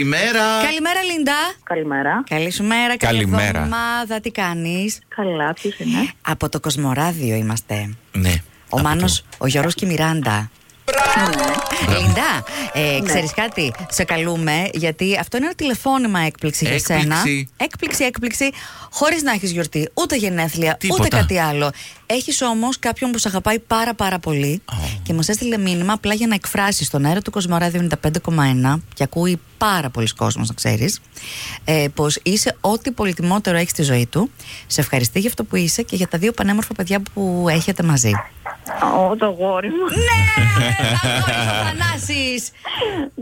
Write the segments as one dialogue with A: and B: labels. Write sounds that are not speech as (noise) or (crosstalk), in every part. A: Καλημέρα.
B: Καλημέρα, Λίντα.
C: Καλημέρα.
B: Καλή σου μέρα, καλή
A: Καλημέρα.
B: εβδομάδα. Τι κάνεις.
C: Καλά, ναι. ποιος είναι.
B: Από το Κοσμοράδιο είμαστε.
A: Ναι.
B: Ο
A: από
B: Μάνος,
A: το-
B: ο Γιώργος και η Μιράντα. Λιντά, ε, ξέρεις κάτι, σε καλούμε γιατί αυτό είναι ένα τηλεφώνημα έκπληξη, για
A: Έκπληξη.
B: σένα. Έκπληξη, έκπληξη, χωρίς να έχεις γιορτή ούτε γενέθλια ούτε
A: Τίποτα.
B: κάτι άλλο. Έχεις όμως κάποιον που σε αγαπάει πάρα πάρα πολύ
A: Ω.
B: και μας έστειλε μήνυμα απλά για να εκφράσεις στον αέρα του Κοσμοράδιο 95,1 και ακούει πάρα πολλοί κόσμος, να ξέρεις, ε, πως είσαι ό,τι πολυτιμότερο έχεις στη ζωή του. Σε ευχαριστεί για αυτό που είσαι και για τα δύο πανέμορφα παιδιά που έχετε μαζί.
C: Ω, το γόρι μου.
B: Ναι, Θανάσης!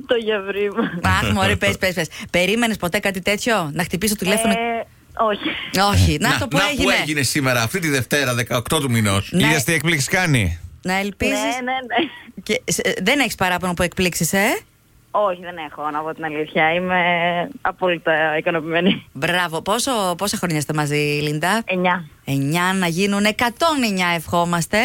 C: Το γευρί μου.
B: Αχ, μωρέ, πες, πες, πες. Περίμενες ποτέ κάτι τέτοιο, να χτυπήσω τηλέφωνο.
C: Ε, Όχι.
B: Όχι, να το που
A: να που
B: έγινε.
A: έγινε σήμερα, αυτή τη Δευτέρα, 18 του μηνός.
B: Ναι.
D: Είδες τι έκπληξη κάνει.
B: Να
C: Ναι,
B: ελπίζεις.
C: ναι, ναι.
B: Και, σε- ε, δεν έχεις παράπονο που εκπλήξεις, ε.
C: Όχι, δεν έχω να πω την αλήθεια. Είμαι απόλυτα ικανοποιημένη.
B: Μπράβο. Πόσο, πόσα χρόνια είστε μαζί, Λίντα.
C: Εννιά.
B: 9 να γίνουν 109 ευχόμαστε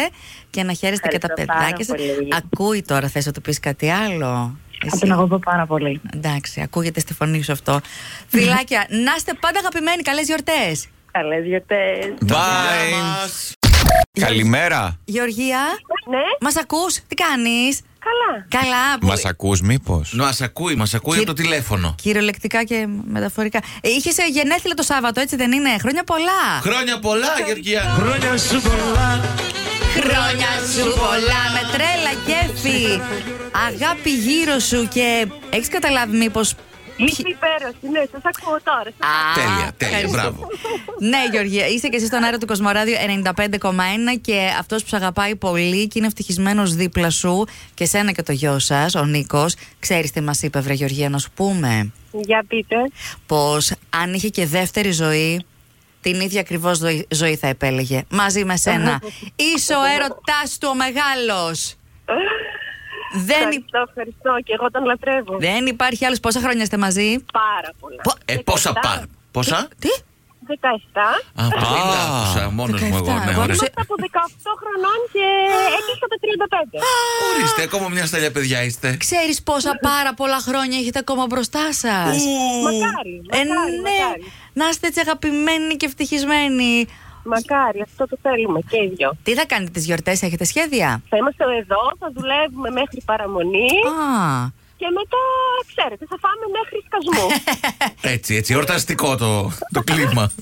B: και να χαίρεστε και τα
C: Ευχαριστώ πάρα
B: παιδάκια σας.
C: πολύ.
B: Ακούει τώρα, θες να του πεις κάτι άλλο. Εσύ.
C: Απεναγωγώ πάρα πολύ.
B: Εντάξει, ακούγεται στη φωνή σου αυτό. Φιλάκια, να είστε πάντα αγαπημένοι, καλές γιορτές.
C: Καλές γιορτές.
D: Bye. Καλημέρα.
B: Γεωργία,
E: Ναι,
B: μας ακούς, τι κάνεις.
E: καλά.
B: Καλά.
D: Μα
B: πολύ-
D: ακούς, μήπως.
A: Μα ακούει, μας ακούει
B: Κυρ-
A: από το τηλέφωνο.
B: Κυριολεκτικά και μεταφορικά. Είχε γενέθλια το Σάββατο, έτσι δεν είναι. Χρόνια πολλά.
A: Χρόνια πολλά, Γεωργία.
B: Χρόνια σου πολλά. Με τρέλα, κέφι. Αγάπη γύρω σου και έχεις καταλάβει μήπως.
E: Είσαι υπέροχη, ναι, σας ακούω τώρα. Σας...
A: Τέλεια, τέλεια, μπράβο.
B: ναι, Γεωργία, είσαι και εσύ στον αέρα του Κοσμοράδιο 95,1 και αυτός που σε αγαπάει πολύ και είναι ευτυχισμένος δίπλα σου και σένα και το γιο σας, ο Νίκος. Ξέρεις τι μας είπε, Βρε Γεωργία, να σου πούμε.
E: Για πείτε.
B: πως αν είχε και δεύτερη ζωή, την ίδια ακριβώς δο- ζωή θα επέλεγε. Μαζί με σένα. Είσαι ο έρωτάς του ο μεγάλος. δεν, υ-
E: Ευχαριστώ, ευχαριστώ και εγώ τον λατρεύω.
B: δεν υπάρχει άλλος. Πόσα χρόνια είστε μαζί?
E: Πάρα πολλά.
B: Πο-
A: Ε, πόσα
E: 17,
A: πάρ. Πόσα?
B: Τι?
E: 17.
A: Α, πολύ
D: Α,
A: τα άκουσα μόνος μου
B: 17,
A: εγώ. Ναι,
B: εγώ
A: ορίστε.
E: Είμαστε από 18 χρονών και έκλεισα τα 35.
A: Ορίστε, ακόμα μια σταλιά παιδιά είστε.
B: Ξέρεις πόσα πάρα πολλά χρόνια έχετε ακόμα μπροστά σας.
E: Μακάρι,
B: Ε,
E: μακάρι,
B: ναι.
E: μακάρι.
B: Να είστε έτσι αγαπημένοι και ευτυχισμένοι.
E: Μακάρι, αυτό το θέλουμε και οι δυο.
B: Τι θα κάνετε τις γιορτές, έχετε σχέδια?
E: Θα είμαστε εδώ, θα δουλεύουμε μέχρι παραμονή
B: Α, (laughs)
E: και μετά, ξέρετε, θα φάμε μέχρι σκασμού.
B: Ε,
A: Έτσι, έτσι, εορταστικό το, το
B: (laughs)
A: κλίμα.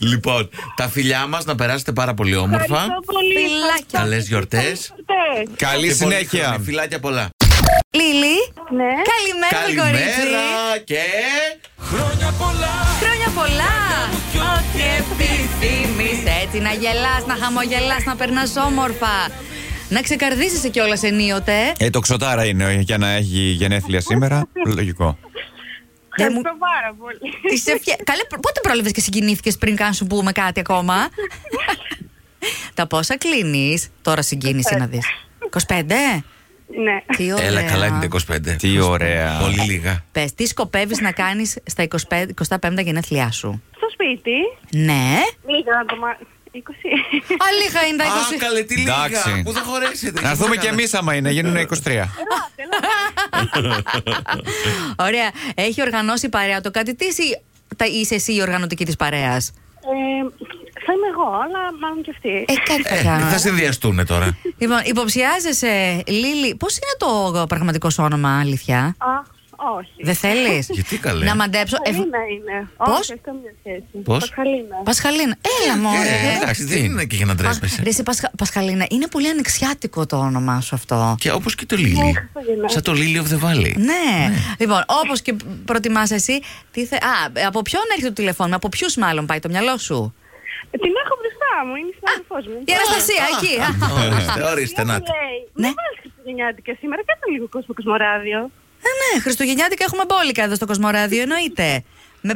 A: λοιπόν, τα φιλιά μας να περάσετε πάρα πολύ όμορφα.
E: Ευχαριστώ πολύ.
B: Φιλάκια.
A: Καλές γιορτές.
E: Καλές γιορτές.
D: Καλή συνέχεια.
A: Φιλάκια πολλά.
B: Λίλη,
C: Ναι.
B: καλημέρα, κορίτσι.
A: Καλημέρα και.
B: Χρόνια πολλά! Ό,τι επιθυμείς Έτσι να γελάς, να χαμογελάς, να περνάς όμορφα Να ξεκαρδίσεις κιόλας ενίοτε
D: Ε, το ξωτάρα είναι ε, για να έχει γενέθλια σήμερα. Λογικό.
B: Δεν Ε, μου-
E: Ευχαριστώ πάρα πολύ.
B: Τις ευχέ- Καλέ, π- πότε πρόλαβες και συγκινήθηκες πριν καν σου πούμε κάτι ακόμα Τα πόσα κλείνεις Τώρα συγκίνηση να δεις 25 Ε,
E: Ναι.
B: Τι ωραία
A: Έλα, καλά είναι τα 25.
D: Τι ωραία.
A: Πολύ λίγα.
B: Πες, τι σκοπεύεις να κάνεις στα 25, 25 γενέθλιά σου
E: Στο σπίτι.
B: Ναι
E: Λίγα να το μα- 20.
B: Αλήθεια είναι τα 20
A: Α, καλέ, τι λίγα.
D: Εντάξει.
A: Πού θα χωρέσετε.
D: Να έρθουμε κι
A: Καλά.
D: εμείς άμα είναι, γίνουν 23.
B: (laughs) Ωραία. Έχει οργανώσει η παρέα το κάτι τη ή τα είσαι εσύ η οργανωτική της παρέας.
E: Ε, θα είμαι εγώ, αλλά μάλλον και αυτή.
B: Ε, κάτι θα
A: Ε,
B: κάνω.
A: θα
B: ε.
A: συνδυαστούν τώρα.
B: Λοιπόν, υποψιάζεσαι, Λίλη, πώς είναι το πραγματικό σου όνομα, αλήθεια.
E: Αχ, όχι.
B: Δεν θέλεις.
A: Γιατί καλέ?
B: Να μαντέψω. Ευ...
E: Πασχαλίνα είναι.
B: Πώς?
E: Όχι, καμία σχέση.
A: Πώς?
E: Πασχαλίνα.
B: Πασχαλίνα. Έλα, μου.
A: Ε, Εντάξει, δεν είναι και για να τρέπεσαι.
B: Ρε, εσύ, Πασχα... Πασχαλίνα, είναι πολύ ανοιξιάτικο το όνομά σου αυτό.
A: Και όπως και το Λίλι. Σαν το Λίλι of the Valley.
B: Ναι. Λοιπόν, όπως και προτιμάς εσύ. Τι θε... Α, από ποιον έρχεται το τηλεφώνημα, από ποιους μάλλον πάει το μυαλό σου.
E: Ε, Την έχω μπροστά μου, είναι συνάδελφός μου.
B: Η Αναστασία, εκεί.
A: ε,
B: α.
A: Ορίστε, ορίστε, να το.
E: Λέει,
B: Ναι.
E: ναι. βάλεις χριστουγεννιάτικα σήμερα, κάτσε λίγο κόσμος κοσμοράδιο.
B: Ε, ναι, Χριστουγεννιάτικα έχουμε μπόλικα εδώ στο Κοσμοράδιο, εννοείται. με,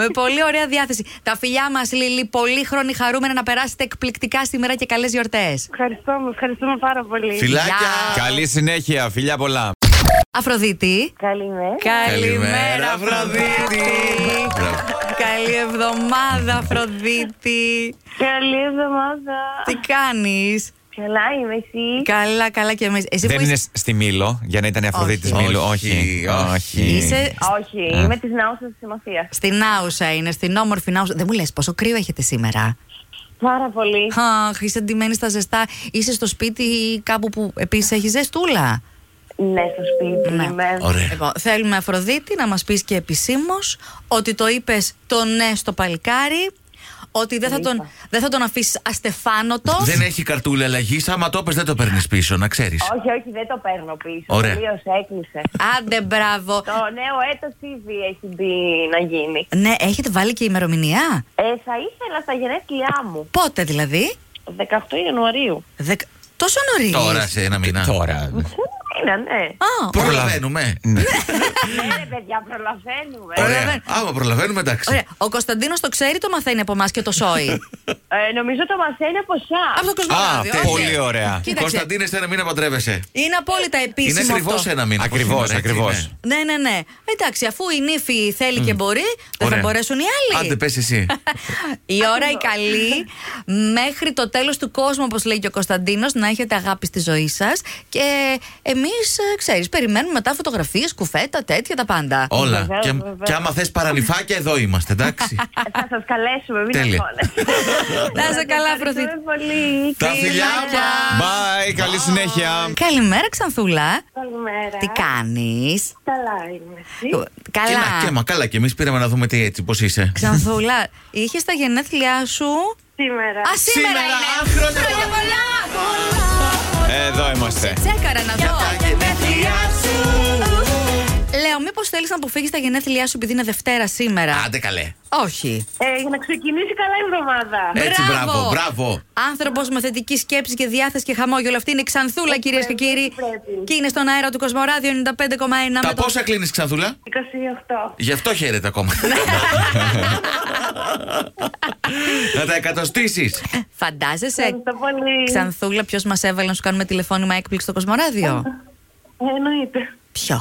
B: με πολύ ωραία διάθεση. Τα φιλιά μας, Λίλη, πολύ χρόνοι χαρούμενα να περάσετε εκπληκτικά σήμερα και καλές γιορτές.
E: Ευχαριστώ, μου, ευχαριστούμε πάρα πολύ.
A: Φιλάκια.
D: Καλή συνέχεια, φιλιά πολλά.
B: Αφροδίτη.
C: Καλημέρα.
B: Καλημέρα,
A: Καλημέρα,
B: Αφροδίτη.
A: Αφροδίτη. Μπράβο.
B: Καλή εβδομάδα, Αφροδίτη.
C: Καλή εβδομάδα.
B: Τι κάνεις.
E: Καλά είμαι εσύ.
B: Καλά, καλά και εμείς. Εσύ
D: Δεν
B: που
D: είναι
B: είσαι-
D: στη Μήλο, για να ήταν η Αφροδίτης
A: Όχι.
D: Μήλο.
A: Όχι,
D: Όχι,
A: όχι.
D: όχι.
B: Είσαι
E: Όχι, είμαι της Ναούσας της Συμμαχία.
B: στην Άουσα, είναι στην όμορφη Άουσα. Δεν μου λες πόσο κρύο έχετε σήμερα.
E: Πάρα πολύ.
B: Αχ, είσαι ντυμένη στα ζεστά. Είσαι στο σπίτι ή κάπου που επίσης έχει ζεστούλα.
E: Ναι, στο σπίτι
B: Ναι.
E: είμαι.
A: Ωραία.
B: Λοιπόν, θέλουμε Αφροδίτη να μας πεις και επισήμως ότι το είπες το ναι στο παλικάρι, ότι δεν θα τον, δεν θα τον αφήσεις αστεφάνωτος.
A: Δεν έχει καρτούλα αλλαγή. Άμα το πες, δεν το παίρνεις πίσω, να ξέρεις.
E: Όχι, όχι, δεν το παίρνω πίσω.
A: Ωραία.
E: Τελείωσε, έκλεισε.
B: Άντε, μπράβο.
E: Το νέο έτος ήδη έχει μπει να γίνει.
B: Ναι, έχετε βάλει και ημερομηνία.
E: Ε, θα ήθελα στα γενέθλιά μου.
B: Πότε δηλαδή.
E: 18 Ιανουαρίου.
B: Δεκα... Τόσο νωρίς.
A: Τώρα σε ένα μήνα.
D: Τώρα.
E: Είναι, ναι.
B: Α,
A: Προλαβαίνουμε.
E: Ναι, ρε παιδιά, προλαβαίνουμε.
A: Ωραία.
B: Προλαβαίνουμε.
A: Άμα προλαβαίνουμε, εντάξει.
B: ωραία. Ο Κωνσταντίνος το ξέρει, το μαθαίνει από εμάς και το
A: (laughs)
B: σόι.
E: Ε, νομίζω το μαθαίνει από εσά.
B: από το
D: Α,
B: Κοσμοράδιο.
D: πολύ
B: όχι.
D: ωραία.
B: Κοίταξε.
A: Κωνσταντίνε, σε ένα μήνα παντρεύεσαι.
B: Είναι απόλυτα επίσημο.
A: Είναι ακριβώς
B: αυτό.
A: ένα μήνα. από
D: Ακριβώς,
A: σήμερα, έτσι,
D: ακριβώς.
A: ναι.
B: Ναι, ναι, ναι. Εντάξει, αφού η νύφη θέλει και μπορεί, δεν
A: Ωραία.
B: θα μπορέσουν οι άλλοι.
A: Άντε, πες εσύ.
B: Η ώρα η καλή μέχρι το τέλος του κόσμου, όπως λέει και ο Κωνσταντίνος, να έχετε αγάπη στη ζωή σας και εμείς, ε, ξέρεις, περιμένουμε μετά φωτογραφίες, κουφέτα, τέτοια, τα πάντα.
A: Όλα.
E: Βεβαίως,
A: Και-
E: βεβαίως.
A: Και άμα θες παρανυφάκια, εδώ είμαστε, εντάξει.
E: Θα σας καλέσουμε, (laughs) μην
A: Τέλεια.
E: αγχώνεστε.
B: Να σε καλά,
E: Ευχαριστούμε
B: Αφροδίτη.
E: πολύ.
A: Τα φιλιά μα.
D: Bye, καλή συνέχεια.
B: Καλημέρα, Ξανθούλα.
E: Καλημέρα.
B: Τι κάνεις?
E: Καλά είμαι. εσύ.
A: Και να, και
B: Καλά.
A: μα, καλά, και εμείς πήραμε να δούμε τι έτσι, πώς είσαι.
B: Ξανθούλα, είχες τα γενέθλιά σου.
E: Σήμερα.
B: Α, σήμερα
A: Σήμερα,
B: είναι.
A: άνθρωπο.
B: Χρόνια πολλά, πολλά.
D: Εδώ είμαστε.
B: Τσέκαρα να δω.
A: γενέθλιά σου.
B: Λέω, μήπως θέλεις να αποφύγεις τα γενέθλιά σου επειδή είναι Δευτέρα σήμερα.
A: Άντε καλέ.
B: Όχι.
E: Ε, για να ξεκινήσει καλά η εβδομάδα.
A: Έτσι, μπράβο, μπράβο.
B: Άνθρωπος με θετική σκέψη και διάθεση και χαμόγελο. Αυτή είναι η Ξανθούλα, κυρίες και κύριοι.
E: πρέπει.
B: Και είναι στον αέρα του Κοσμοράδιο 95,1.
A: Τα
B: με το-
A: πόσα κλείνεις, Ξανθούλα.
E: 28.
A: Γι' αυτό χαίρεται
B: (laughs)
A: ακόμα. να τα εκατοστήσεις.
B: Ε, Φαντάζεσαι,
E: Ευχαριστώ πολύ.
B: Ξανθούλα, ποιος μας έβαλε να σου κάνουμε τηλεφώνημα έκπληξη στο Κοσμοράδιο.
E: Ε, Εννοείται.
B: Ποιος.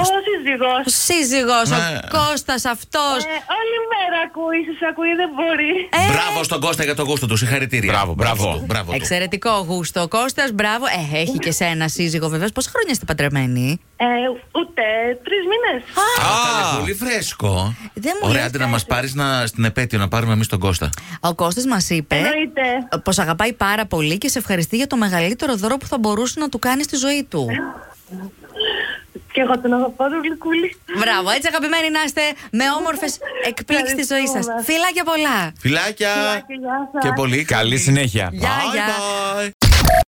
E: Ο σύζυγός.
B: Ο σύζυγος,
A: Ναι.
B: ο Κώστας αυτός.
E: Ε, όλη μέρα ακούει, σας ακούει, δεν μπορεί.
B: Ε.
A: Μπράβο στον Κώστα για το γούστο του. Συγχαρητήρια.
D: Μπράβο, μπράβο.
A: του, μπράβο του.
B: Εξαιρετικό γούστο. Ο Κώστας, μπράβο. Ε, έχει και σε ένα σύζυγο, βεβαίω. Πόσα χρόνια είστε παντρεμένοι.
E: Ε, ούτε τρεις μήνες.
A: Α,
D: Α.
A: καλέ, πολύ φρέσκο.
B: Δεν μου
A: Ωραία,
B: λες,
A: άντε να μας πάρει στην επέτειο να πάρουμε εμείς τον Κώστα.
B: Ο Κώστας μας είπε
E: Εννοείται.
B: πως αγαπάει πάρα πολύ και σε ευχαριστεί για το μεγαλύτερο δώρο που θα μπορούσε να του κάνει στη ζωή του.
E: Και εγώ τον αγαπώ, τον γλυκούλη.
B: Μπράβο, έτσι αγαπημένοι να είστε με όμορφες εκπλήξεις της ζωής σας.
E: Ευχαριστούμε.
B: Φιλάκια πολλά.
A: Φιλάκια.
E: Φιλάκια, γεια σας.
A: Και πολύ.
D: Καλή συνέχεια.
B: Γεια,
A: Bye,
B: γεια.
A: bye.